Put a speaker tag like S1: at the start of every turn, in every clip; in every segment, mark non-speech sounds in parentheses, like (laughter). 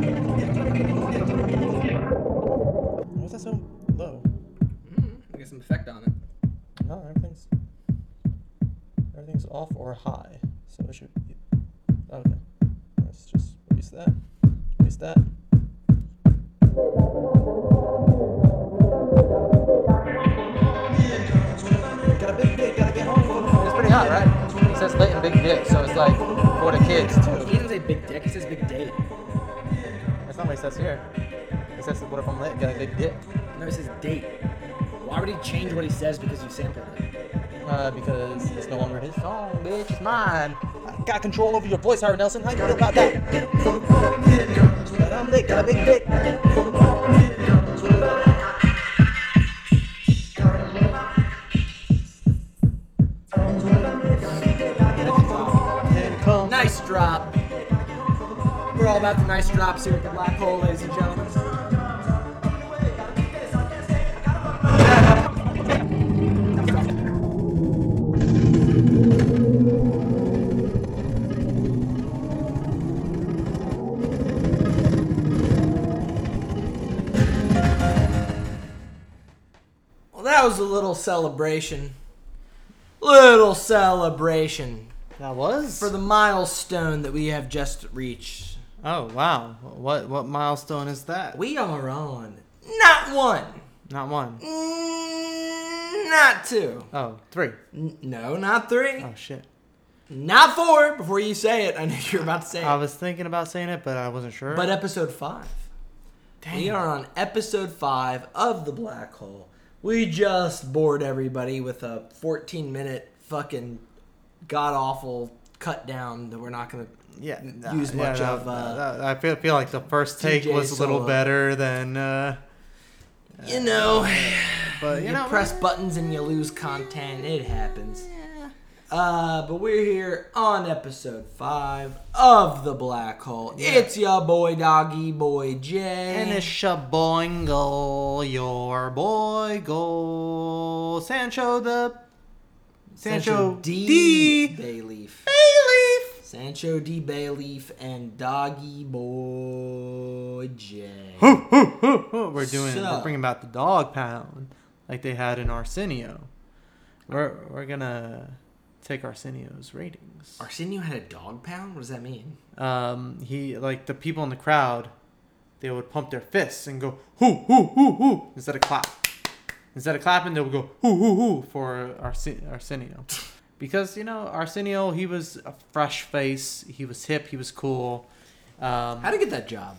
S1: Mm.
S2: high, so it should be, okay. Let's just erase that, erase that. Got a big dick, gotta get home for the
S3: It's pretty hot, right? It says lit and big dick, so it's like for the kids
S1: He
S3: too.
S1: doesn't say big dick, he says big date.
S3: That's not what it says here. It says what if I'm lit, got a big dick.
S1: No, it says date. Why would he change what he says because you sampled it?
S3: Uh, because it's no longer his song, bitch. It's mine. I got control over your voice, Howard Nelson. How you feel about that?
S2: But I'm lit, got a big dick. Here comes
S1: Nice drop. We're all about the nice drops here at the Black Hole, ladies and gentlemen. Well, that was a little celebration. Little celebration
S3: That was.
S1: for the milestone that we have just reached.
S3: oh wow. What what milestone is that?
S1: We are on not one,
S3: Not one.
S1: mm, not two,
S3: Oh, three.
S1: N- no, not three,
S3: Oh shit.
S1: not four. Before you say it, I knew you were about to say
S3: I
S1: it.
S3: was thinking about saying it, but I wasn't sure.
S1: But episode five. We are on episode five of the black hole. We just bored everybody with a 14 minute fucking god awful cut down that we're not gonna.
S3: yeah, nah,
S1: use
S3: yeah,
S1: much
S3: that-
S1: of, uh,
S3: that- I feel feel like the first take
S1: TJ
S3: was a little
S1: solo.
S3: better than. Uh,
S1: You know,
S3: but you,
S1: you,
S3: know,
S1: press
S3: eh,
S1: buttons and you lose content. It happens. Uh, but we're here on episode five of the black hole. It's your boy doggy boy Jay.
S3: And it's Shaboingle, your boy goal. Sancho the. Sancho, D.
S1: Bayleaf.
S3: Bayleaf. (laughs)
S1: Sancho D. Bayleaf and Doggy Boy J.
S3: We're doing.
S1: So-
S3: We're bringing about the dog pound, like they had in Arsenio. We're we're gonna take Arsenio's ratings.
S1: Arsenio had a dog pound? What does that mean?
S3: Um, he like the people in the crowd, they would pump their fists and go hoo hoo hoo hoo instead of clap. Instead of clapping, they would go hoo hoo hoo for Arsen- Arsenio, because you know Arsenio he was a fresh face, he was hip, he was cool. Um,
S1: How'd he get that job?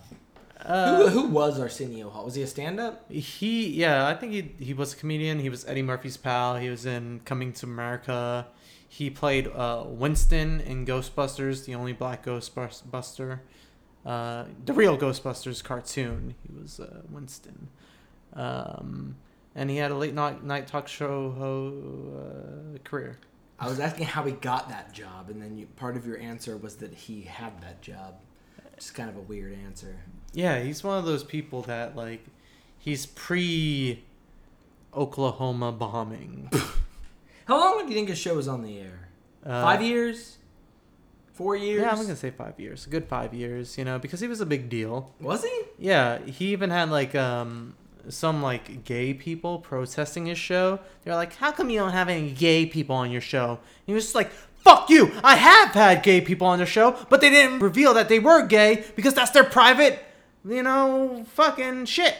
S3: uh,
S1: who, who was Arsenio Hall? Was he a stand up?
S3: He yeah, I think he he was a comedian. He was Eddie Murphy's pal. He was in Coming to America. He played uh, Winston in Ghostbusters, the only black Ghostbuster, uh, the real Ghostbusters cartoon. He was uh, Winston, um, and he had a late night night talk show ho- uh, career.
S1: I was asking how he got that job, and then you, part of your answer was that he had that job. Just kind of a weird answer.
S3: Yeah, he's one of those people that like he's pre Oklahoma bombing.
S1: How long do you think his show was on the air?
S3: Uh,
S1: Five years? Four years?
S3: Yeah, I'm gonna say five years. A good five years, you know, because he was a big deal.
S1: Was he?
S3: Yeah, he even had like um some like gay people protesting his show. They're like, "How come you don't have any gay people on your show?" And he was just like, "Fuck you! I have had gay people on the show, but they didn't reveal that they were gay because that's their private, you know, fucking shit."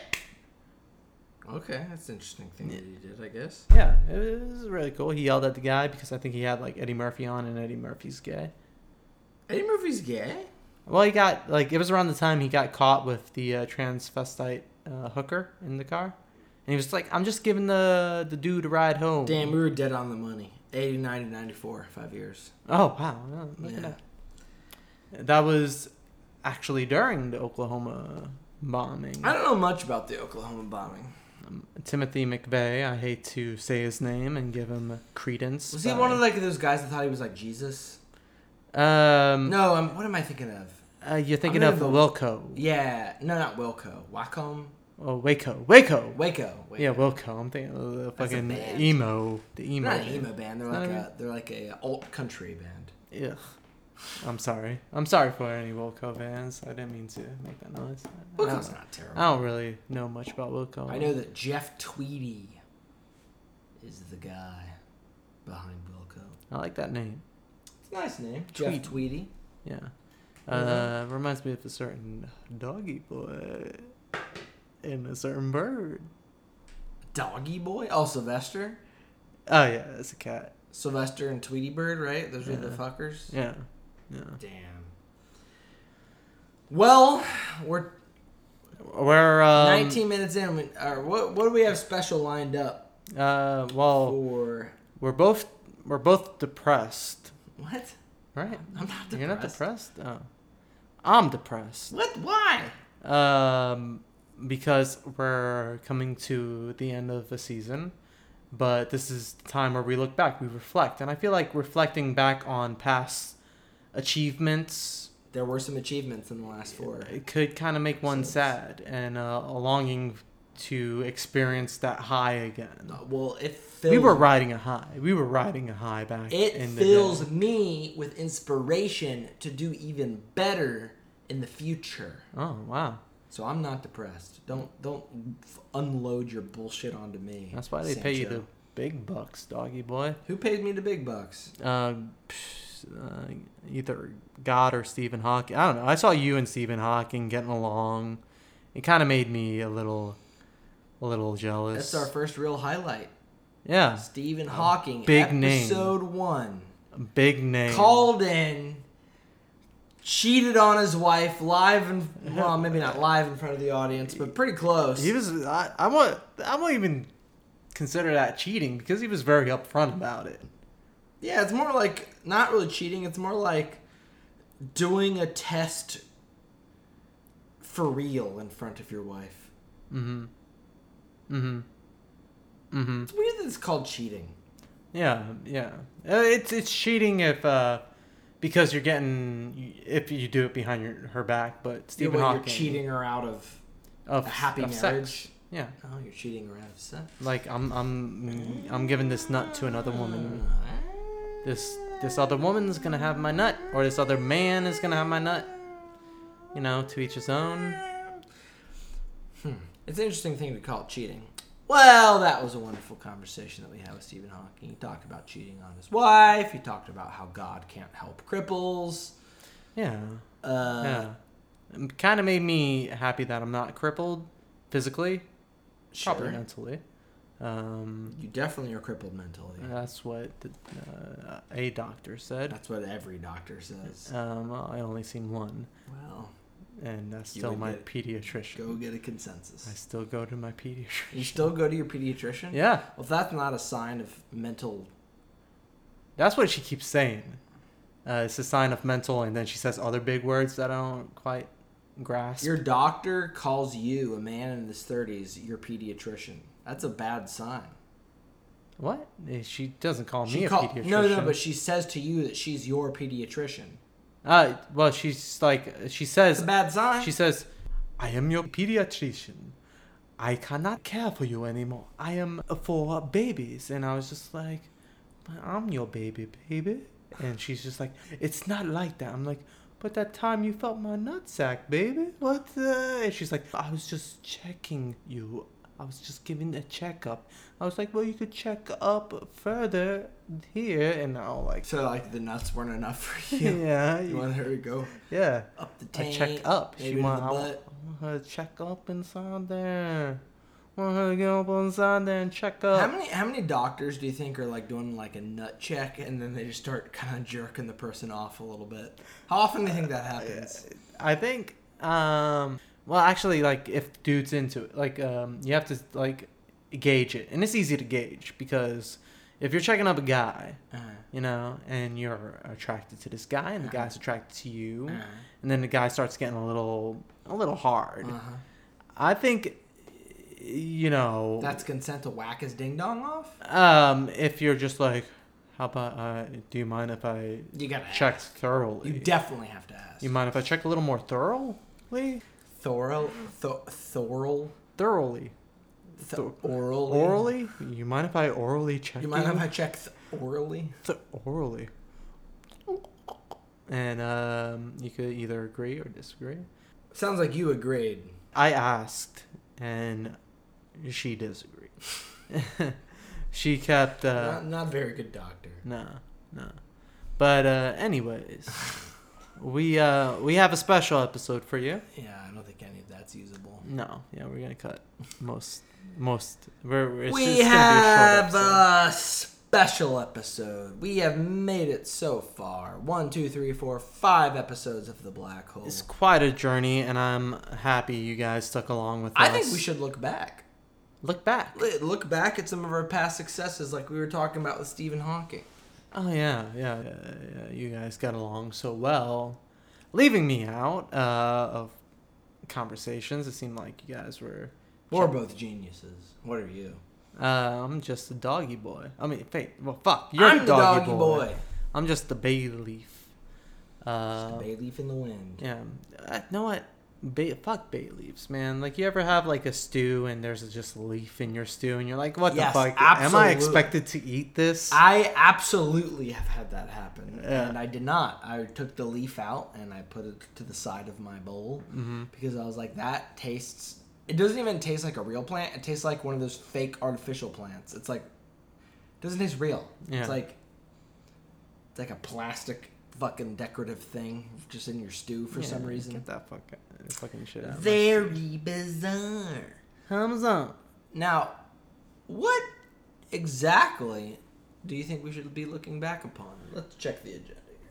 S1: Okay, that's an interesting thing that he did, I guess.
S3: Yeah, it was really cool. He yelled at the guy because I think he had like Eddie Murphy on, and Eddie Murphy's gay.
S1: Eddie Murphy's gay?
S3: Well, he got like it was around the time he got caught with the uh, transvestite uh, hooker in the car, and he was like, "I'm just giving the the dude a ride home."
S1: Damn, we were dead on the money. 80, 90, 94, five years.
S3: Oh wow! yeah, look at
S1: Yeah.
S3: that. That was actually during the Oklahoma bombing.
S1: I don't know much about the Oklahoma bombing.
S3: Um, Timothy McVeigh. I hate to say his name and give him credence.
S1: Was he
S3: but-
S1: one of like those guys that thought he was like Jesus?
S3: Um,
S1: No, I'm, what am I thinking of?
S3: uh, you're thinking
S1: gonna
S3: of
S1: go-
S3: Wilco.
S1: Yeah, no, not Wilco. Wacom?
S3: Oh, Waco. Waco.
S1: Waco. Waco.
S3: Yeah, Wilco. I'm thinking of the
S1: That's a
S3: fucking
S1: band.
S3: emo. The
S1: They're
S3: emo.
S1: not an
S3: band.
S1: emo band. They're
S3: Not
S1: like
S3: an
S1: a they're like a alt country band.
S3: Ugh. I'm sorry. I'm sorry for any Wilco fans. I didn't mean to make that noise. I
S1: Wilco's
S3: don't,
S1: not
S3: I
S1: terrible.
S3: don't really know much about Wilco.
S1: I know that Jeff Tweedy is the guy behind Wilco.
S3: I like that name.
S1: Nice name.
S2: Tweed.
S1: Jeff Tweedy.
S3: Yeah. Uh,
S1: Mhm.
S3: reminds me of a certain doggy boy and a certain bird.
S1: Doggy Boy. Oh, Sylvester.
S3: Oh yeah, it's a cat.
S1: Sylvester and Tweety Bird, right? Those were the
S3: Yeah.
S1: fuckers.
S3: Yeah, yeah.
S1: Damn. Well, we're
S3: We're um,
S1: 19 minutes in. We- Or what, what do we have special lined up
S3: Uh, well,
S1: for?
S3: we're both we're both depressed,
S1: What?
S3: right?
S1: I'm not depressed.
S3: You're not depressed. Oh, I'm depressed.
S1: What? Why?
S3: Um, because we're coming to the end of the season, but this is the time where we look back, we reflect, and I feel like reflecting back on past achievements
S1: There were some achievements in the last four.
S3: it could kind of make one
S1: So-
S3: sad and uh, a longing to experience that high again.
S1: Uh, Well, it fills
S3: We were riding a high. We were riding a high back.
S1: It
S3: in the day.
S1: fills me with inspiration to do even better in the future.
S3: Oh wow!
S1: So I'm not depressed. Don't don't f- unload your bullshit onto me.
S3: That's why they pay you the
S1: Sancho.
S3: big bucks, doggy boy.
S1: Who paid me the big bucks?
S3: Uh, psh, uh, either God or Stephen Hawking. I don't know. I saw you and Stephen Hawking getting along. It kind of made me a little, a little jealous.
S1: That's our first real highlight.
S3: yeah,
S1: Stephen Hawking,
S3: big name.
S1: episode one,
S3: big name.
S1: called in, cheated on his wife live and well, maybe not live in front of the audience, but pretty close.
S3: He was. I, I won't. I won't even consider that cheating because he was very upfront about it.
S1: Yeah, it's more like not really cheating. It's more like doing a test for real in front of your wife.
S3: Mm-hmm. Mm-hmm. Mm-hmm.
S1: It's weird that it's called cheating.
S3: Yeah. Yeah. Uh, It's it's cheating if uh because you're getting if you do it behind your her back, but
S1: You're,
S3: Stephen
S1: what, you're
S3: Hawking
S1: cheating her out of.
S3: of
S1: a happy
S3: of sex.
S1: marriage.
S3: Yeah.
S1: Oh, you're cheating her out of sex.
S3: Like I'm I'm I'm giving this nut to another woman. This this other woman's gonna have my nut, or this other man is gonna have my nut. You know, to each his own.
S1: It's an interesting thing to call it cheating. Well, that was a wonderful conversation that we had with Stephen Hawking. He talked about cheating on his wife. He talked about how God can't help cripples.
S3: Yeah.
S1: Uh,
S3: Yeah. Kind of made me happy that I'm not crippled physically,
S1: sure.
S3: probably mentally. Um,
S1: You definitely are crippled mentally.
S3: that's what the, uh, a doctor said.
S1: That's what every doctor says.
S3: Um, I only seen one,
S1: Well,
S3: and that's
S1: You
S3: still
S1: would
S3: my
S1: get-
S3: pediatrician.
S1: go get a
S3: I
S1: consensus.
S3: still go to my pediatrician.
S1: You still go to your pediatrician?
S3: Yeah,
S1: Well, if that's not a sign of mental.
S3: that's what she keeps saying. Uh, it's a sign of mental, and then she says other big words that I don't quite grasp.
S1: Your doctor calls you, a man in his 30s, your pediatrician. That's a bad sign.
S3: what? Eh, She doesn't call me
S1: She
S3: a
S1: call-
S3: pediatrician.
S1: no, no, but she says to you that she's your pediatrician.
S3: uh, well, she's like she
S1: That's
S3: says
S1: a bad sign.
S3: She says, I am your pediatrician. I cannot care for you anymore. I am for babies. And I was just like, but I'm your baby, baby. And she's just like, it's not like that. I'm like, but that time you felt my nutsack, baby. What? Uh? And she's like, I was just checking you. I was just giving a checkup. I was like, well, you could check up further here. And I'll like, (laughs)
S1: (laughs) so, like, the nuts weren't enough (laughs) for (laughs) you.
S3: yeah,
S1: You want her to go
S3: yeah.
S1: up the
S3: I
S1: tank?
S3: check up.
S1: maybe
S3: She
S1: to
S3: want,
S1: the
S3: I, want,
S1: butt.
S3: I want her to check up inside there. want her to get up inside there and check up.
S1: How many how many doctors do you think are like doing like a nut check and then they just start kind of jerking the person off a little bit? How often do you think that happens?
S3: I think, um, well, actually, like if dude's into it, like um, you have to like gauge it, and it's easy to gauge because if you're checking up a guy,
S1: Uh,
S3: you know, and you're attracted to this guy, and the
S1: Uh-huh.
S3: guy's attracted to you,
S1: uh,
S3: and then the guy starts getting a little, a little hard.
S1: uh-huh.
S3: I think, you know,
S1: That's consent to whack his ding dong off.
S3: Um, if you're just like, how about uh, do you mind if I
S1: You gotta
S3: check
S1: ask.
S3: thoroughly?
S1: You definitely have to ask.
S3: You mind if I check a little more thoroughly?
S1: thorough, th- thorough,
S3: Thoroughly,
S1: th-
S3: Thor-
S1: orally.
S3: orally. You mind if I orally check?
S1: You mind if
S3: you?
S1: I check th- orally?
S3: (laughs) Th- orally? And um, you could either agree or disagree.
S1: Sounds like you agreed.
S3: I asked, and she disagreed. (laughs) she kept. Uh,
S1: not, not a very good doctor.
S3: No, no. But uh,
S1: (laughs)
S3: anyways, we uh, we have a special episode for you.
S1: Yeah, I don't think any of that's usable.
S3: No, yeah, we're gonna cut most most. We're, we're- it's
S1: we
S3: just gonna be a
S1: have uh,
S3: short episode.
S1: a special episode. We have made it so far. One, two, three, four, five episodes of the black hole.
S3: It's quite a journey, and I'm happy you guys stuck along with
S1: I
S3: us.
S1: think we should look back.
S3: look back.
S1: Li- Look back at some of our past successes, like we were talking about with Stephen Hawking.
S3: Oh yeah, yeah, yeah, yeah. You guys got along so well, leaving me out uh, of conversations. It seemed like you guys were.
S1: We're both geniuses. What are you?
S3: Uh, I'm just a doggy boy. I mean, fate. Well, fuck. You're
S1: I'm
S3: a
S1: the
S3: doggy,
S1: doggy
S3: boy.
S1: boy.
S3: I'm just the bay leaf.
S1: Just a
S3: Uh,
S1: bay leaf in the wind.
S3: yeah. I know what. Bay, fuck bay leaves, man. Like you ever have like a stew and there's just a leaf in your stew and you're like, what
S1: Yes,
S3: the fuck? Am I
S1: absolute-
S3: expected to eat this?
S1: I absolutely have had that happen,
S3: Yeah.
S1: and I did not. I took the leaf out and I put it to the side of my bowl
S3: Mm-hmm.
S1: because I was like, that tastes. It doesn't even taste like a real plant. It tastes like one of those fake artificial plants. It's like doesn't taste real.
S3: Yeah.
S1: It's like it's like a plastic fucking decorative thing just in your stew for
S3: Yeah,
S1: some reason.
S3: Get that fucking fucking shit out. of my
S1: Very bizarre.
S3: Thumbs up.
S1: Now, what exactly do you think we should be looking back upon? Let's check the agenda here.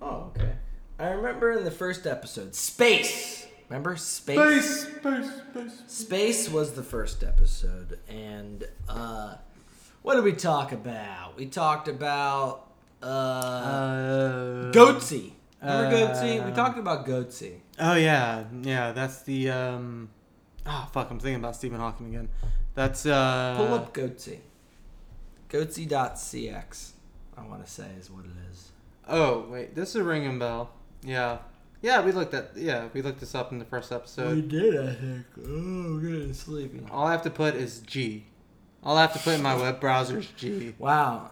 S1: Oh, okay. I remember in the first episode, space. Remember space?
S3: space, space.
S1: Space was the first episode, and uh, what did we talk about? We talked about uh, um,
S3: Uh,
S1: Goatsy. Remember Goatsy? We
S3: uh,
S1: talked about Goatsy.
S3: Oh yeah, yeah. That's the um. Oh fuck! I'm thinking about Stephen Hawking again. That's uh.
S1: Pull up Goatsy. Goatsy.cx, I want to say, is what it is.
S3: Oh wait, this is ringing bell. Yeah, yeah. We looked at yeah. We looked this up in the first episode.
S1: did, I think. Oh, good and sleepy.
S3: All I have to put is G. All I have to put in my web browser is G.
S1: Wow.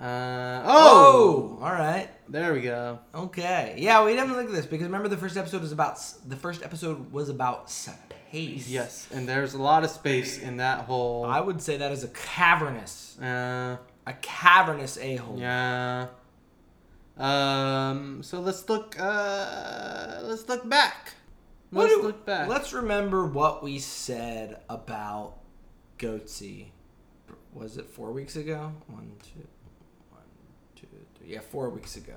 S3: Uh, oh,
S1: Oh! All right.
S3: there we go.
S1: Okay. Yeah, we didn't look at this because remember the first episode was about s- the first episode was about space.
S3: Yes, and there's a lot of space in that whole.
S1: I would say that is a cavernous,
S3: Uh,
S1: a cavernous a hole.
S3: yeah. Um. So let's look. Uh. Let's look back.
S1: What
S3: Let's
S1: do-
S3: look back.
S1: Let's remember what we said about Goatsy. Was it four weeks ago? One, two, one, two, three. Yeah, four weeks ago.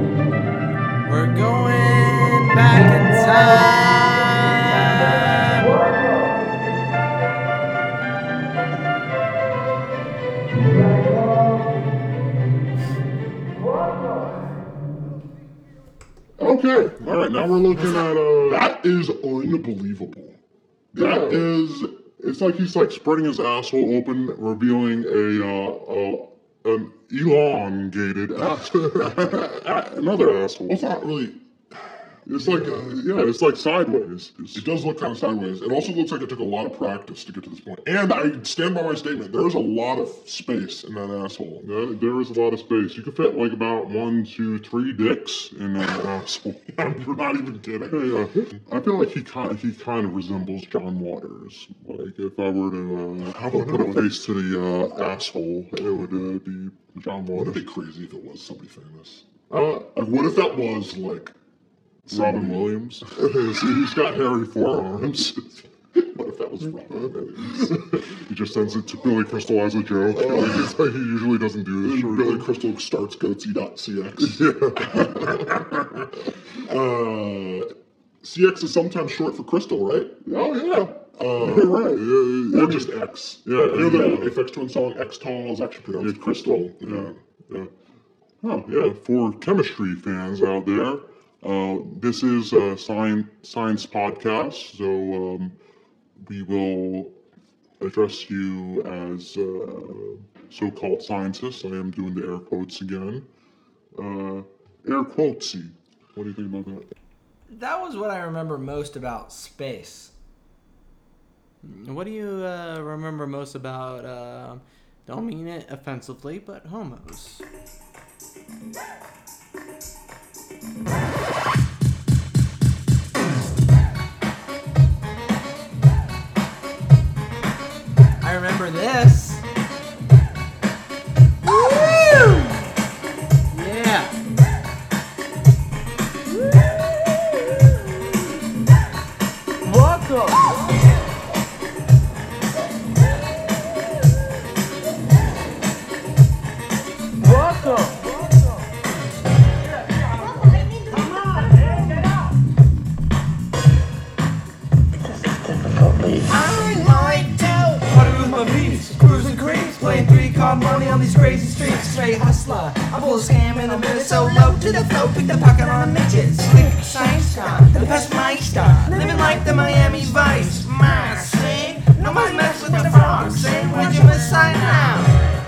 S3: We're going back in time.
S4: Okay. All right. Now we're looking at uh. That is unbelievable. That is. It's like he's like spreading his asshole open, revealing a uh, uh an elongated (laughs) ass, another asshole. It's not really. It's like uh, yeah, it's like sideways. It does look kind of sideways. It also looks like it took a lot of practice to get to this point. And I stand by my statement. There is a lot of space in that asshole. There, there is a lot of space. You could fit like about one, two, three dicks in that (laughs) asshole. I'm not even kidding. Yeah. I feel like he kind he kind of resembles John Waters. Like if I were to uh, how about put a face to the uh, asshole, it would uh, be John Waters. It'd be crazy if it was somebody famous. Uh, like, what if that was like Robin (laughs) Williams. He's got hairy forearms. (laughs) what if that was Robin (laughs) Williams? he just sends it to Billy Crystal as a joke. (laughs) Like, it's like he usually doesn't do this. Oh. Billy Crystal starts (laughs) goatsy.cx. (laughs) uh, CX is sometimes short for crystal, right? Oh, yeah. (laughs) Uh, right. Or just X. Yeah. You know the Aphex Twin song, X Tall is actually pronounced crystal. yeah. yeah. Oh, yeah. For chemistry fans out there, uh, this is a science, science podcast, so um, we will address you as uh, so called scientists. I am doing the air quotes again. Uh, air quotesy. What do you think about that?
S1: That was what I remember most about space.
S3: What do you uh, remember most about um Don't mean it offensively, but homos.
S5: I remember this. Woo!
S3: Yeah.
S5: Welcome. Party with my peeps, cruising creeps, playing three card money on these crazy streets. Straight hustler, I pull a scam in a minute so low to the flow, pick the pocket on midgets. Slick science guy, the best meister, living like the Miami Vice. My see, nobody mess with the frogs. Say, where'd you messiah now?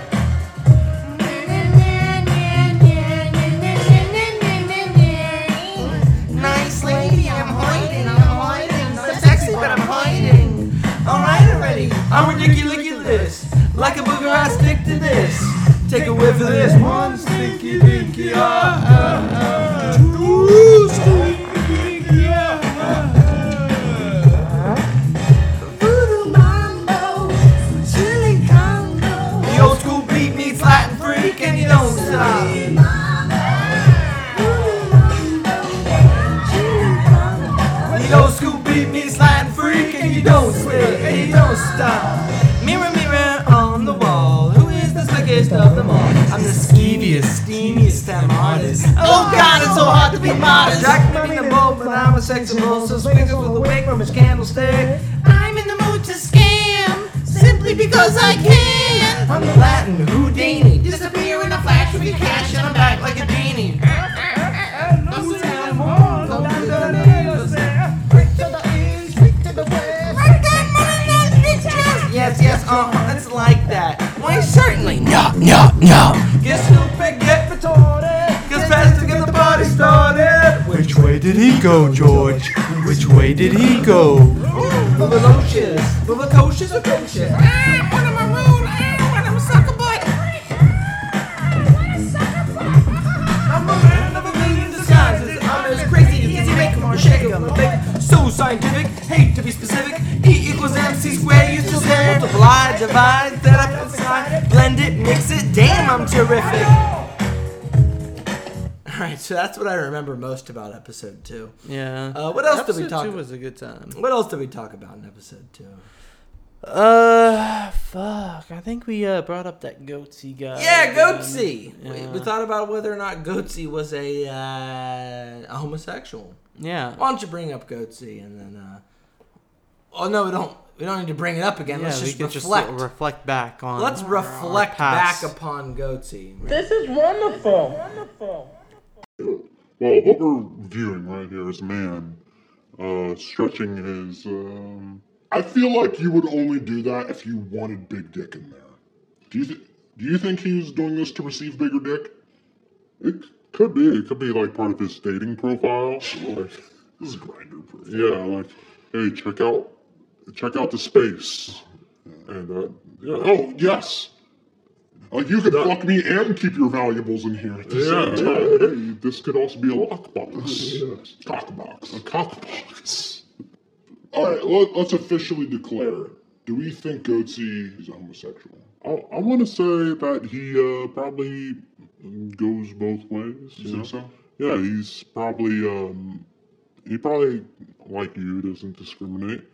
S5: Nice lady, I'm hiding, I'm hiding. So sexy, but I'm hiding. Alright already, I'm ridiculous. Like a booger, I stick to this. Take a whiff of this. One stinky dinky, ah, ah, ah. Two stinky uh. dinky, ah, ah, ah. The old school beat meets Latin freak, and you don't stop. The old school beat me sliding freak and you don't slip and you don't stop. Mirror, mirror on the wall, who is the slickest of them all? I'm the skeeviest, steamiest, damn artist. Oh God, it's so hard to be modest. Jack money in a bowl, but I'm a sexable, so swingers with a wig from his candlestick.
S6: I'm in the mood to scam simply because I can.
S5: I'm the Latin Houdini,
S6: Disappear in a flash with your cash, and I'm back like a
S5: genie. Yes, yes, uh-huh, it's like that. Why certainly no, no, no. Get stupid, get retarded. Cause fast to get the party started.
S7: Which way did he go, George? Which way did he go?
S5: We're volocious, we're precocious, precocious. I'm a man of a million disguises. I'm as crazy as you make 'em or shake 'em. or bake 'em. So scientific, hate to be specific. E equals MC squared used to say. Multiply, divide, then I put aside. Blend it, mix it, damn, I'm terrific. Alright, so that's what I remember most about episode two.
S3: Yeah.
S5: Uh, what else did
S3: episode
S5: we talk
S3: Two
S5: about?
S3: was a good time.
S5: What else did we talk about in episode two?
S3: Uh, fuck. I think we uh, brought up that goatsy guy.
S5: yeah,
S3: again.
S5: Goatsy!
S3: Uh, Yeah.
S5: We, we thought about whether or not Goatsy was a, uh, a homosexual.
S3: Yeah.
S5: Why don't you bring up Goatsy and then? Uh, oh no, we don't. We don't need to bring it up again.
S3: yeah,
S5: Let's
S3: we
S5: just
S3: can
S5: reflect.
S3: just reflect back on.
S5: Let's
S3: our- our
S5: reflect back
S3: past.
S5: upon Goatsy.
S4: Well, what we're viewing right here is a man uh, stretching his. Um, I feel like you would only do that if you wanted Big Dick in there. Do you th- do you think he's doing this to receive bigger dick? It could be. It could be like part of his dating profile. (laughs) Like, this is grinder. Profile. Yeah, like, hey, check out, check out the space, and uh, yeah. Oh yes. Like Uh, you could fuck me and keep your valuables in here at the same time. Hey, this could also be a lockbox. (laughs) Cockbox. A cockbox. All right, let, let's officially declare. Do we think Goatsy is a homosexual? I, I want to say that he uh, probably goes both ways. You think so? Yeah, he's probably um, he probably like you doesn't discriminate.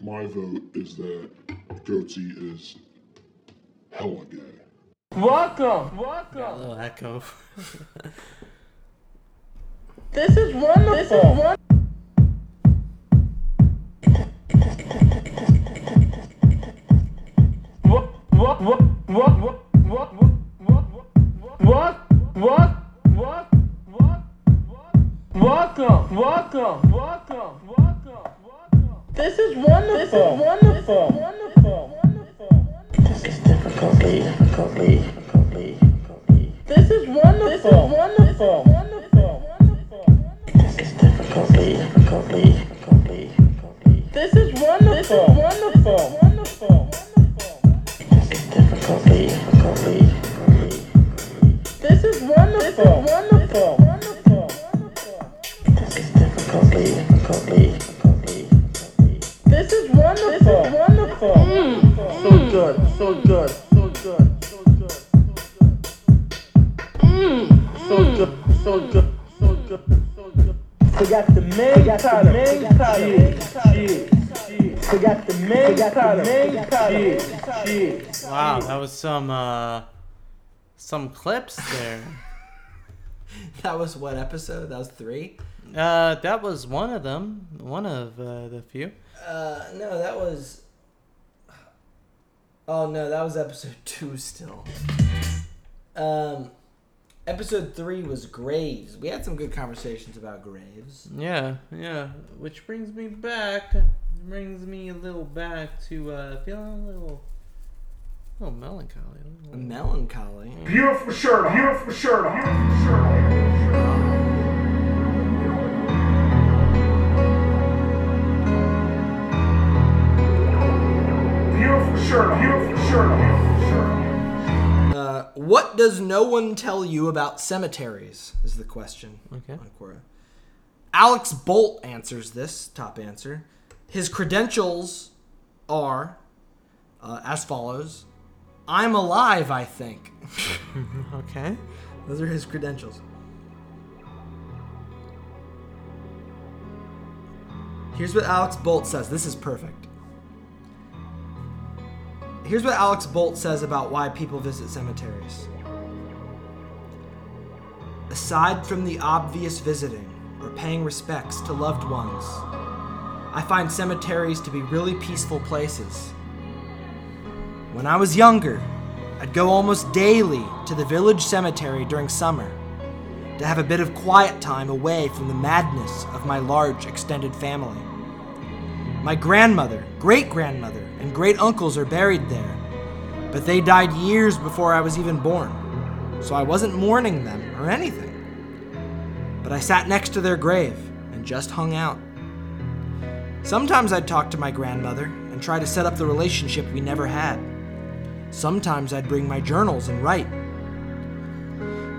S4: My vote is that Goatsy is hella gay.
S3: A little echo.
S8: This is wonderful, wonderful, wonderful, wonderful. It's difficulty, difficulty.
S9: This is wonderful. This is wonderful. So good. So good. So good. So good. So good. So good. So good. So good. Forgot the main Forgot the main title. Forgot the main title. Main title.
S3: Wow, that was some uh, some clips there.
S1: That was what episode? That was three.
S3: uh, that was one of them, one of uh, the few.
S1: Uh, no, that was. Oh no, that was
S5: (laughs)
S1: episode two still. Um, episode three was graves. We had some good conversations about graves.
S3: Yeah, yeah. Which brings me back, brings me a little back to uh, feeling a little, a little melancholy. a little-
S1: Melancholy.
S9: Beautiful shirt. Beautiful shirt. Beautiful shirt. Beautiful shirt. Beautiful shirt. Beautiful shirt.
S1: Uh, what does no one tell you about cemeteries? Is the question.
S3: Okay.
S1: on Quora. Alex Bolt answers this top answer. His credentials are uh, as follows I'm alive, I think.
S3: (laughs) Okay.
S1: Those are his credentials. Here's what Alex Bolt says. This is perfect. Here's what Alex Bolt says about why people visit cemeteries. Aside from the obvious visiting or paying respects to loved ones, I find cemeteries to be really peaceful places. When I was younger, I'd go almost daily to the village cemetery during summer to have a bit of quiet time away from the madness of my large extended family. My grandmother, great grandmother, and great uncles are buried there, but they died years before I was even born, so I wasn't mourning them or anything. But I sat next to their grave and just hung out. Sometimes I'd talk to my grandmother and try to set up the relationship we never had. Sometimes I'd bring my journals and write.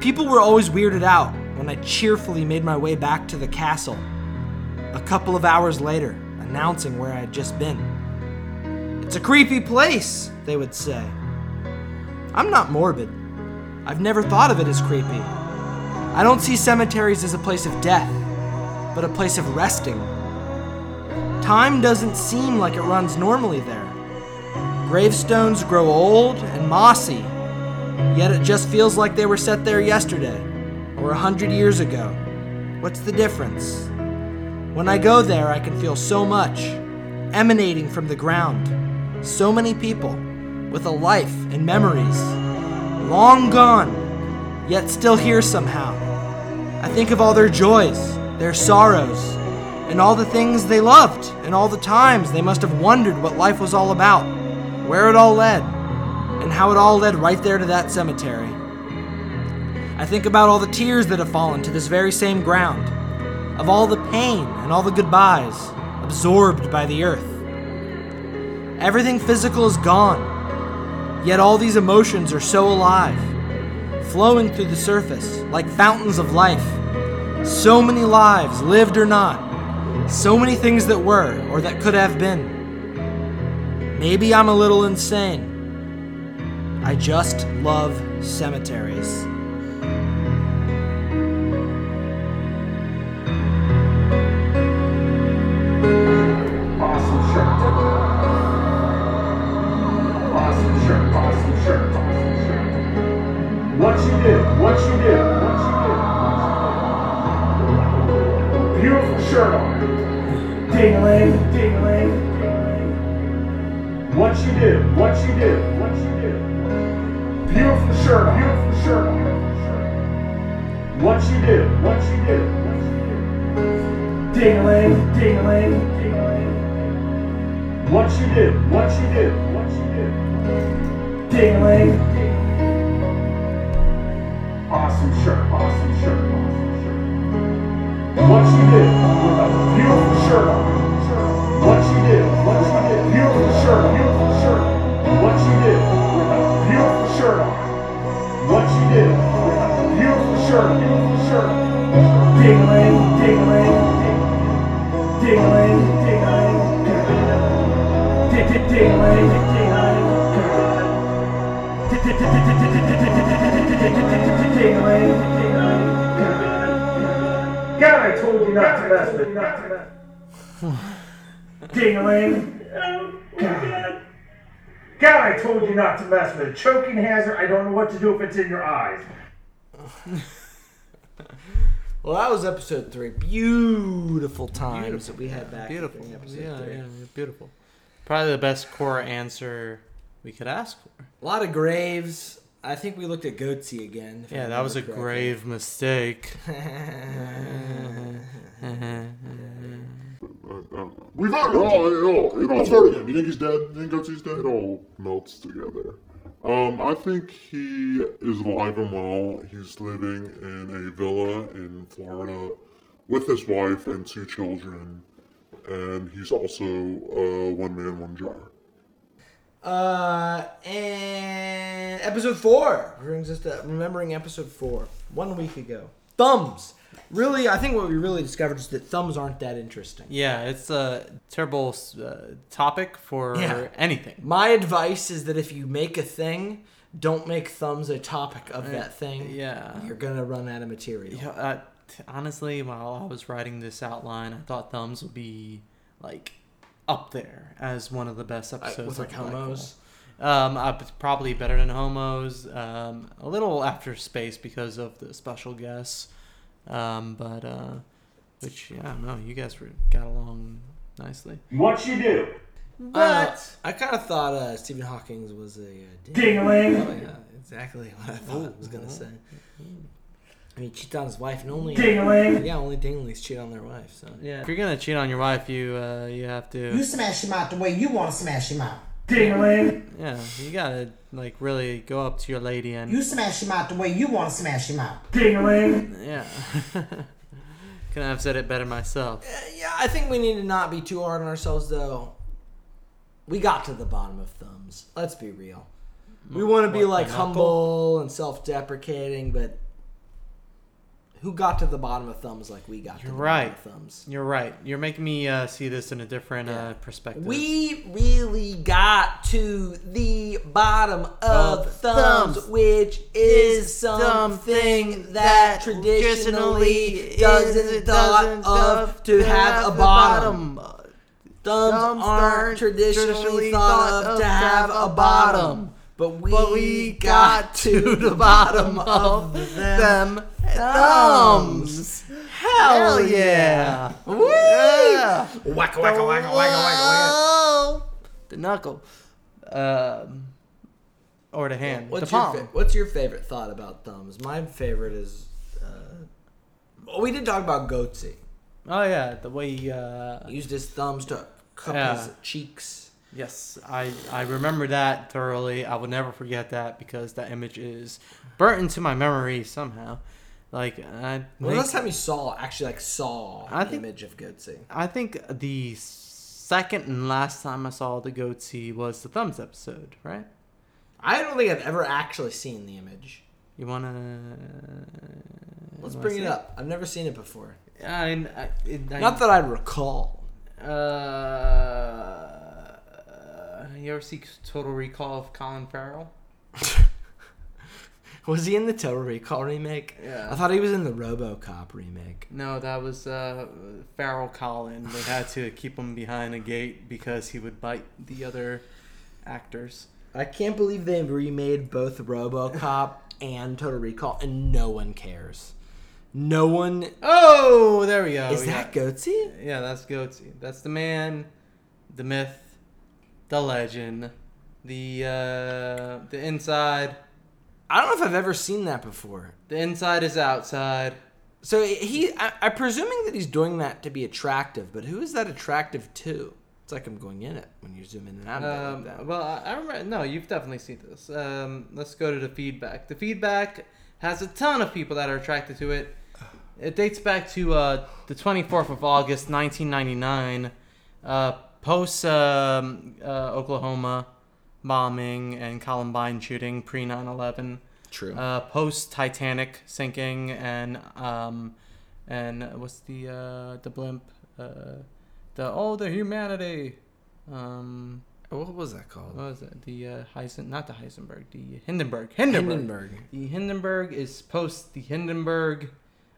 S1: People were always weirded out when I cheerfully made my way back to the castle a couple of hours later, announcing where I had just been. It's a creepy place, they would say. I'm not morbid. I've never thought of it as creepy. I don't see cemeteries as a place of death, but a place of resting. Time doesn't seem like it runs normally there. Gravestones grow old and mossy, yet it just feels like they were set there yesterday or a hundred years ago. What's the difference? When I go there, I can feel so much emanating from the ground. So many people with a life and memories long gone, yet still here somehow. I think of all their joys, their sorrows, and all the things they loved, and all the times they must have wondered what life was all about, where it all led, and how it all led right there to that cemetery. I think about all the tears that have fallen to this very same ground, of all the pain and all the goodbyes absorbed by the earth. Everything physical is gone, yet all these emotions are so alive, flowing through the surface like fountains of life. So many lives, lived or not. So many things that were or that could have been. Maybe I'm a little insane. I just love cemeteries.
S9: Awesome shirt. Awesome shirt. Awesome shirt. Awesome shirt. What you did. What you did. What you did. Beautiful shirt on. Ding-a-ling. Ding-a-ling. ding-a-ling. What you did. What you did. What you did. Beautiful shirt on. Beautiful shirt on. What you did. What you did. What you did. Ding-a-ling. Ding-a-ling. Ding-a-ling. What you did, what you did, what you did. Dingling. Awesome shirt, awesome shirt, awesome shirt. What you did with a beautiful shirt on. What you did, what you did, beautiful shirt, beautiful shirt. What you did with a beautiful shirt on. What you did with a beautiful shirt, beautiful shirt. Dingling, dingling, dingling. Ding-a-ling, ding-a-ling, ding-a-ling. Di- di- ding-a-ling, ding-a-ling, ding-a-ling. Di- di- di- di- di- di- di- di- di- di- di- di- di- di- ding-a-ling, ding-a-ling, ding-a-ling. God, I told you not to mess with me. Ding-a-ling. God. God, I told you not to mess with it. Choking hazard. I don't know what to do if it's in your eyes.
S1: Well, that was episode three. Beautiful times that we had back
S3: Beautiful.
S1: in episode
S3: Yeah,
S1: three.
S3: yeah, beautiful. Probably the best core answer we could ask for.
S1: A lot of graves. I think we looked at Goatsy again. if I
S3: Yeah, that was a
S1: remember
S3: grave
S1: (laughs)
S3: mistake.
S1: correctly.
S4: I, I don't know. We've had it all. It all. It all. Let's start again. You think he's dead? You think Gutsy's dead? It all melts together. Um, I think he is alive and well. He's living in a villa in Florida with his wife and two children, and he's also uh, one man, one jar.
S1: Uh, and episode four brings us to remembering episode four one week ago. Thumbs. Really, I think what we really discovered is that thumbs aren't that interesting.
S3: Yeah, it's a terrible uh, topic for
S1: Yeah.
S3: anything.
S1: My advice is that if you make a thing, don't make thumbs a topic of that thing.
S3: Uh, Yeah.
S1: You're gonna run out of material.
S3: Yeah, uh, t- honestly, while I was writing this outline, I thought thumbs would be like up there as one of the best episodes. of
S1: with, like,
S3: Black
S1: Homos?
S3: Hole. Um, uh, it's probably better than homos. Um, a little after space because of the special guests. Um, but uh, which yeah, I don't know. You guys were, got along nicely.
S9: What you do?
S1: But I kind of thought uh, Stephen Hawking's was a. Uh, dick.
S9: Ding-a-ling,
S1: yeah, exactly (laughs) what I thought I was gonna say. I mean, cheat on his wife, and only
S9: ding-a-ling,
S1: yeah, only dinglings cheat on their wife. So
S3: Yeah. If you're gonna cheat on your wife, you uh, you have
S6: You
S3: to
S6: smash him out the way you want to smash him out.
S9: ding-a-ling,
S3: yeah you gotta like really go up to your lady and
S6: You smash him out the way you want to smash him out.
S9: ding-a-ling,
S3: Yeah. (laughs) Couldn't have said it better myself.
S1: Yeah, I think we need to not be too hard on ourselves, though. We got to the bottom of thumbs. Let's be real. We want to be like humble and self-deprecating, but who got to the bottom of thumbs like we got to the
S3: right.
S1: bottom of thumbs?
S3: You're right. You're making me uh, see this in a different
S1: Yeah.
S3: uh, perspective.
S1: We really got to the bottom of thumbs,
S6: thumbs.
S1: which is something that traditionally
S6: traditionally
S1: doesn't
S6: isn't
S1: thought
S6: doesn't
S1: of to have a bottom. Thumbs, aren't traditionally, thought, of to have, a bottom. But we,
S6: we
S1: got, (laughs)
S6: got
S1: to (laughs) the bottom of them. thumbs.
S6: Hell yeah.
S1: Woo!
S9: wacka wacka wacka wacka wacka wacka.
S6: Oh.
S3: The knuckle. Um, or the hand.
S1: What's,
S3: the
S1: your
S3: palm.
S1: fa- what's your favorite thought about thumbs? My favorite is. Uh, well, we did talk about Goatsy.
S3: oh, yeah. The way. Uh,
S1: Used his thumbs to cup his
S3: Yeah.
S1: cheeks.
S3: yes. I, I remember that thoroughly. I will never forget that because that image is burnt into my memory somehow. Like, I.
S1: When
S3: think-
S1: was the last time you saw, actually, like, saw
S3: I
S1: an
S3: think-
S1: image of Goatsy?
S3: I think the second and last time I saw the goatee was the thumbs episode, right?
S1: I don't think I've ever actually seen the image.
S3: You wanna?
S1: Let's
S3: wanna
S1: bring
S3: see
S1: it up. I've never seen it before.
S3: I, I, it- I-
S1: Not that I recall.
S3: Uh, you ever see Total Recall of Colin Farrell?
S1: Was he in the Total Recall remake?
S3: Yeah.
S1: I thought he was in the RoboCop remake.
S3: No, that was uh, Farrell Colin. They had to keep him behind a gate because he would bite the other actors.
S1: I can't believe they remade both RoboCop
S3: (laughs)
S1: and Total Recall, and no one cares. No one
S3: Oh, there we go.
S1: is that Goatsy?
S3: Yeah, that's Goatee. That's the man, the myth, the legend, the uh, the inside.
S1: I don't know if I've ever seen that before.
S3: The inside is outside.
S1: So he, I, I'm presuming that he's doing that to be attractive, but who is that attractive to? It's like I'm going in it when you zoom in and out. of
S3: Um,
S1: it like that.
S3: well, I, I remember. No, you've definitely seen this. Um, let's go to the feedback. The feedback has a ton of people that are attracted to it. It dates back to uh, the 24th of August, 1999, uh, post um, uh, Oklahoma bombing and Columbine shooting, pre 9 11.
S1: True.
S3: uh, post Titanic sinking and um, and what's the uh, the blimp uh, The oh the humanity. Um,
S1: What was that called?
S3: what was it? The uh, Heisen, not the Heisenberg, the Hindenburg. Hindenburg. The Hindenburg is post the Hindenburg.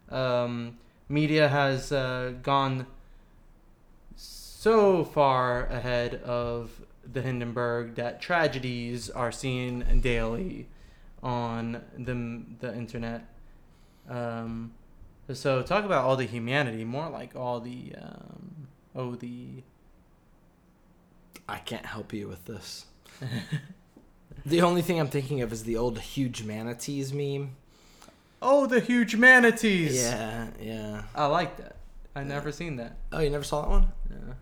S3: Um, media has uh, gone so far ahead of the Hindenburg that tragedies are seen daily on the the internet. Um, so talk about all the humanity, more like all the um, oh the
S1: I can't help you with this.
S3: (laughs)
S1: the only thing I'm thinking of is the old huge manatees meme.
S3: oh the huge manatees.
S1: Yeah, yeah.
S3: I like that. I never seen that.
S1: Oh, you never saw that one?
S3: Yeah.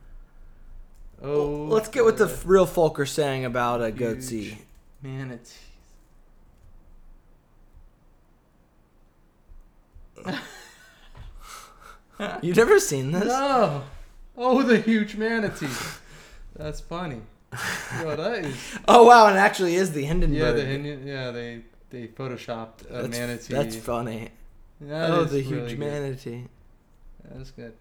S3: Oh,
S1: Let's get what the f- real folk are saying about a goatsy.
S3: manatees.
S1: You've never seen this?
S3: No. Oh, the huge manatee. That's funny. Yo, that
S1: (laughs)
S3: is.
S1: Oh wow, it actually is the Hindenburg.
S3: Yeah, the Indian, yeah they they photoshopped a
S1: that's,
S3: manatee.
S1: That's funny.
S3: That
S1: oh,
S3: is
S1: the
S3: really
S1: huge
S3: good.
S1: manatee.
S3: That's good.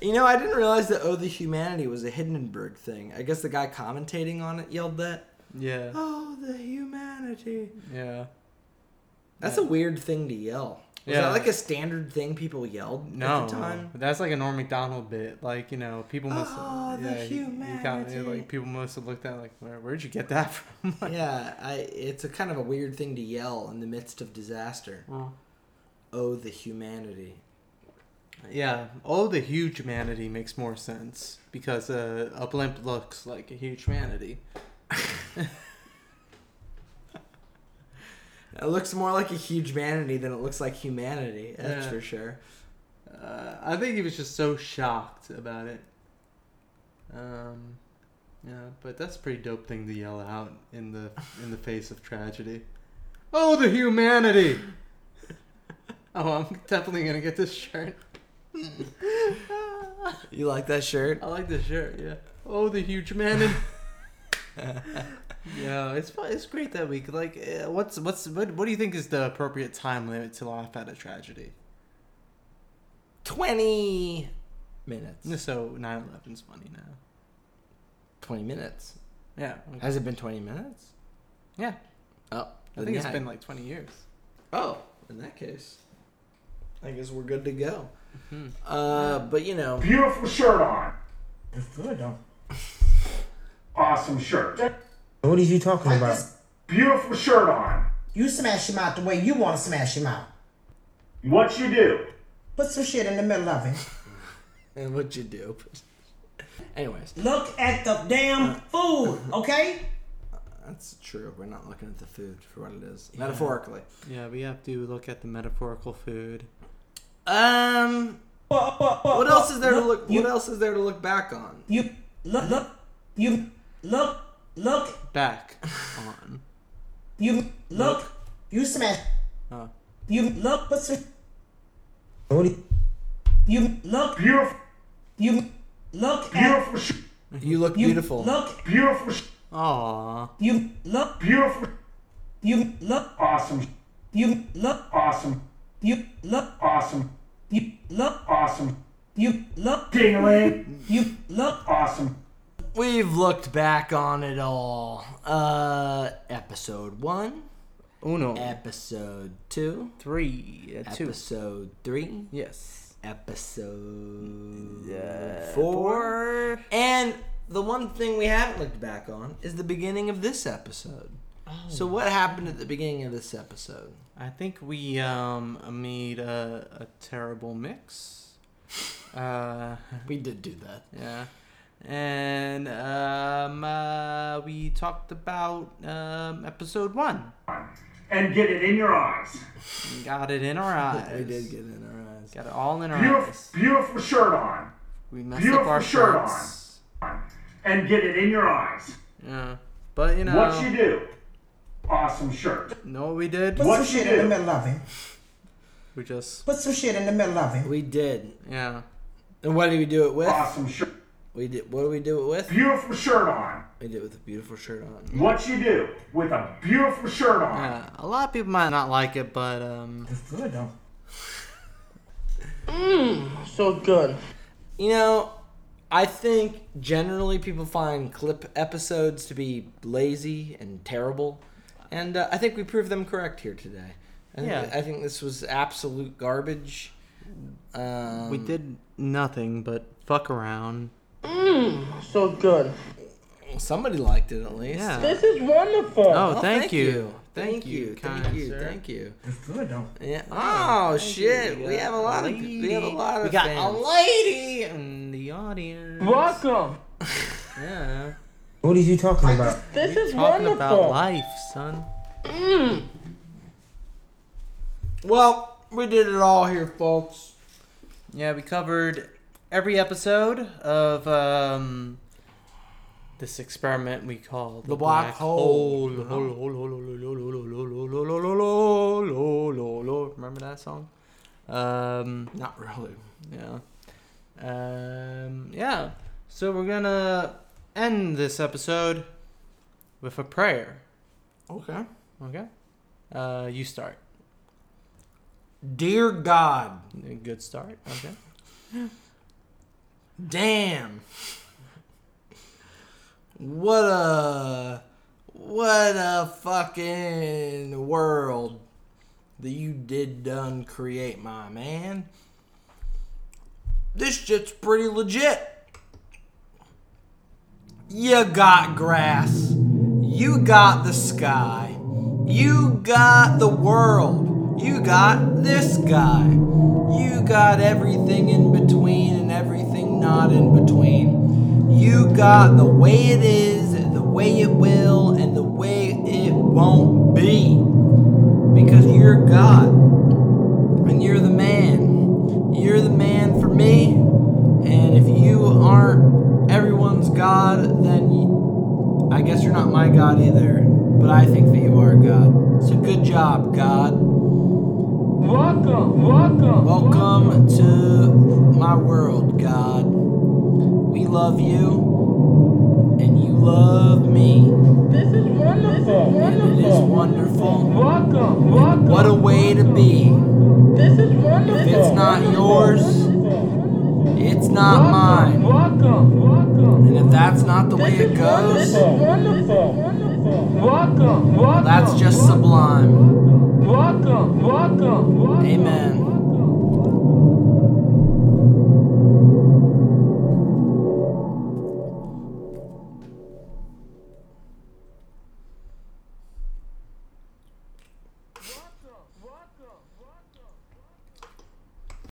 S1: You know, I didn't realize that "Oh, the humanity" was a Hindenburg thing. I guess the guy commentating on it yelled that.
S3: Yeah.
S1: Oh, the humanity.
S3: Yeah.
S1: That's a weird thing to yell. Was
S3: Yeah.
S1: that like a standard thing people yelled
S3: No,
S1: at
S3: (laughs)
S1: the time?
S3: that's like a Norm Macdonald bit. Like you know, people must.
S1: Oh, the
S3: yeah, he- he got-
S1: humanity.
S3: like people must have looked at it like, where where'd you get that (laughs) from? Like,
S1: Yeah, I, it's a kind of a weird thing to yell in the midst of disaster.
S3: Mm.
S1: Oh, the humanity.
S3: Yeah. Oh, the huge manatee makes more sense because uh, a blimp looks like a huge manatee.
S1: It looks more like a huge manatee than it looks like humanity. That's
S3: Yeah.
S1: for sure.
S3: Uh, I think he was just so shocked about it. Um, yeah, but that's a pretty dope thing to yell out in the in the face of tragedy. Oh, the humanity! oh, I'm definitely gonna get this shirt. (laughs)
S1: You like that shirt?
S3: I like this shirt. Yeah. Oh, the huge manatee. (laughs) yeah, it's fu- it's great that we could like. eh, What's what's what, what do you think is the appropriate time limit to laugh at a tragedy?
S1: Twenty minutes.
S3: So 9/11's funny now.
S1: Twenty minutes.
S3: Yeah. okay.
S1: Has it been twenty minutes?
S3: Yeah.
S1: Oh,
S3: I think it's been like 20 years.
S1: Oh, in that case, I guess we're good to go. Uh, but you know, (laughs)
S9: Beautiful shirt on. Awesome shirt.
S10: What are you talking
S5: I
S10: about?
S5: just-
S9: Beautiful shirt on.
S5: You smash him out the way you want to smash him out.
S9: What you do?
S5: Put some shit in the middle of him.
S1: and what you do. (laughs) Anyways,
S5: Look at the damn food, okay?
S1: that's true. We're not looking at the food for what it is, metaphorically.
S3: Yeah, we have to look at the metaphorical food.
S1: Um,
S5: What
S1: what else is there to look?
S5: You,
S1: What else is there to look back on?
S5: you look, look, you look, look,
S3: Back on.
S5: you look, you smash.
S3: Oh.
S5: You look, put some.
S10: What are you-
S5: You look,
S9: Beautiful,
S5: you look at.
S9: beautiful, sh-
S1: You look
S5: You
S1: beautiful.
S5: Look,
S9: beautiful, sh-
S3: Aww.
S5: you look,
S9: beautiful,
S5: you look,
S9: awesome, sh-
S5: you look,
S9: awesome,
S5: you look,
S9: awesome,
S5: you look,
S9: awesome.
S5: you look,
S9: Dingling,
S5: you look.
S9: awesome.
S1: We've looked back on it all. Uh, episode one,
S3: Uno.
S1: episode two,
S3: three. uh, two.
S1: episode three,
S3: Yes.
S1: episode four. And the one thing we haven't looked back on is the beginning of this episode. So what happened at the beginning of this episode?
S3: I think we um made a, a terrible mix. Uh,
S1: We did do that.
S3: yeah. And um, uh, we talked about um, episode one.
S9: And get it in your eyes.
S3: Got it in our eyes.
S1: (laughs) We did get in our eyes.
S3: Got it all in our
S9: Beautiful,
S3: eyes.
S9: beautiful shirt on.
S3: We messed up
S9: beautiful
S3: our
S9: shirt on.
S3: shirts.
S9: And get it in your eyes.
S3: Yeah. But you know,
S9: What you do? Awesome shirt.
S3: know what we did?
S5: Put
S9: What
S5: some
S9: you
S5: shit in the
S9: do?
S5: middle of him.
S3: We just
S5: Put some shit in the middle of him.
S1: We did.
S3: yeah.
S1: And what did we do it with?
S9: Awesome shirt.
S1: We did. What did we do it with?
S9: Beautiful shirt on.
S1: We did it with a beautiful shirt on.
S9: What you do with a beautiful shirt on?
S3: Yeah, a lot of people might not like it, but um,
S5: Good though.
S8: so good.
S1: You know, I think generally people find clip episodes to be lazy and terrible, and uh, I think we proved them correct here today. I think,
S3: Yeah.
S1: I think this was absolute garbage. Um,
S3: we did nothing but fuck around.
S8: Mmm, so good.
S1: Somebody liked it at least.
S3: Yeah.
S8: This is wonderful.
S3: Oh, thank, you.
S1: Thank, you. Thank
S3: kind
S1: you.
S3: sir.
S1: Thank you.
S5: It's good, though.
S1: Yeah. Oh shit!
S3: We
S1: We,
S3: got
S1: have a lot of we have a
S3: lady.
S1: lot of
S3: We got
S1: fans.
S3: a lady in the audience.
S8: (laughs) Welcome.
S1: Yeah.
S10: What are you talking about?
S8: This is
S3: Talking
S8: wonderful.
S3: about life, son.
S8: Mm.
S1: Well, we did it all here, folks.
S3: Yeah, we covered every episode of um, this experiment we call
S1: The black hole.
S3: Remember that song? Um,
S1: Not really.
S3: yeah. Um, yeah. So we're gonna end this episode with a prayer.
S1: Okay.
S3: Okay. Uh, you start.
S1: Dear God,
S3: Good start. Okay.
S1: damn. What a what a fucking world that you did done create, my man. This shit's pretty legit. You got grass. You got the sky. You got the world. You got this guy. You got everything in between and everything not in between. You got the way it is, the way it will, and the way it won't be. Because you're God. And you're the man. You're the man for me. And if you aren't everyone's God, then you, I guess you're not my God either. But I think that you are God. So good job, God.
S9: Welcome, welcome.
S1: Welcome to my world, God. We love you, and you love me.
S8: This is wonderful.
S1: It is wonderful.
S8: Wonderful.
S9: Welcome, welcome.
S1: What a way to be.
S8: This is wonderful.
S1: If it's not yours, it's not mine.
S9: Welcome, welcome.
S1: And if that's not the way
S8: This
S1: it
S8: is
S1: goes,
S8: wonderful. Wonderful.
S9: Welcome, welcome.
S1: that's just sublime.
S9: Welcome, welcome. welcome.
S1: Amen.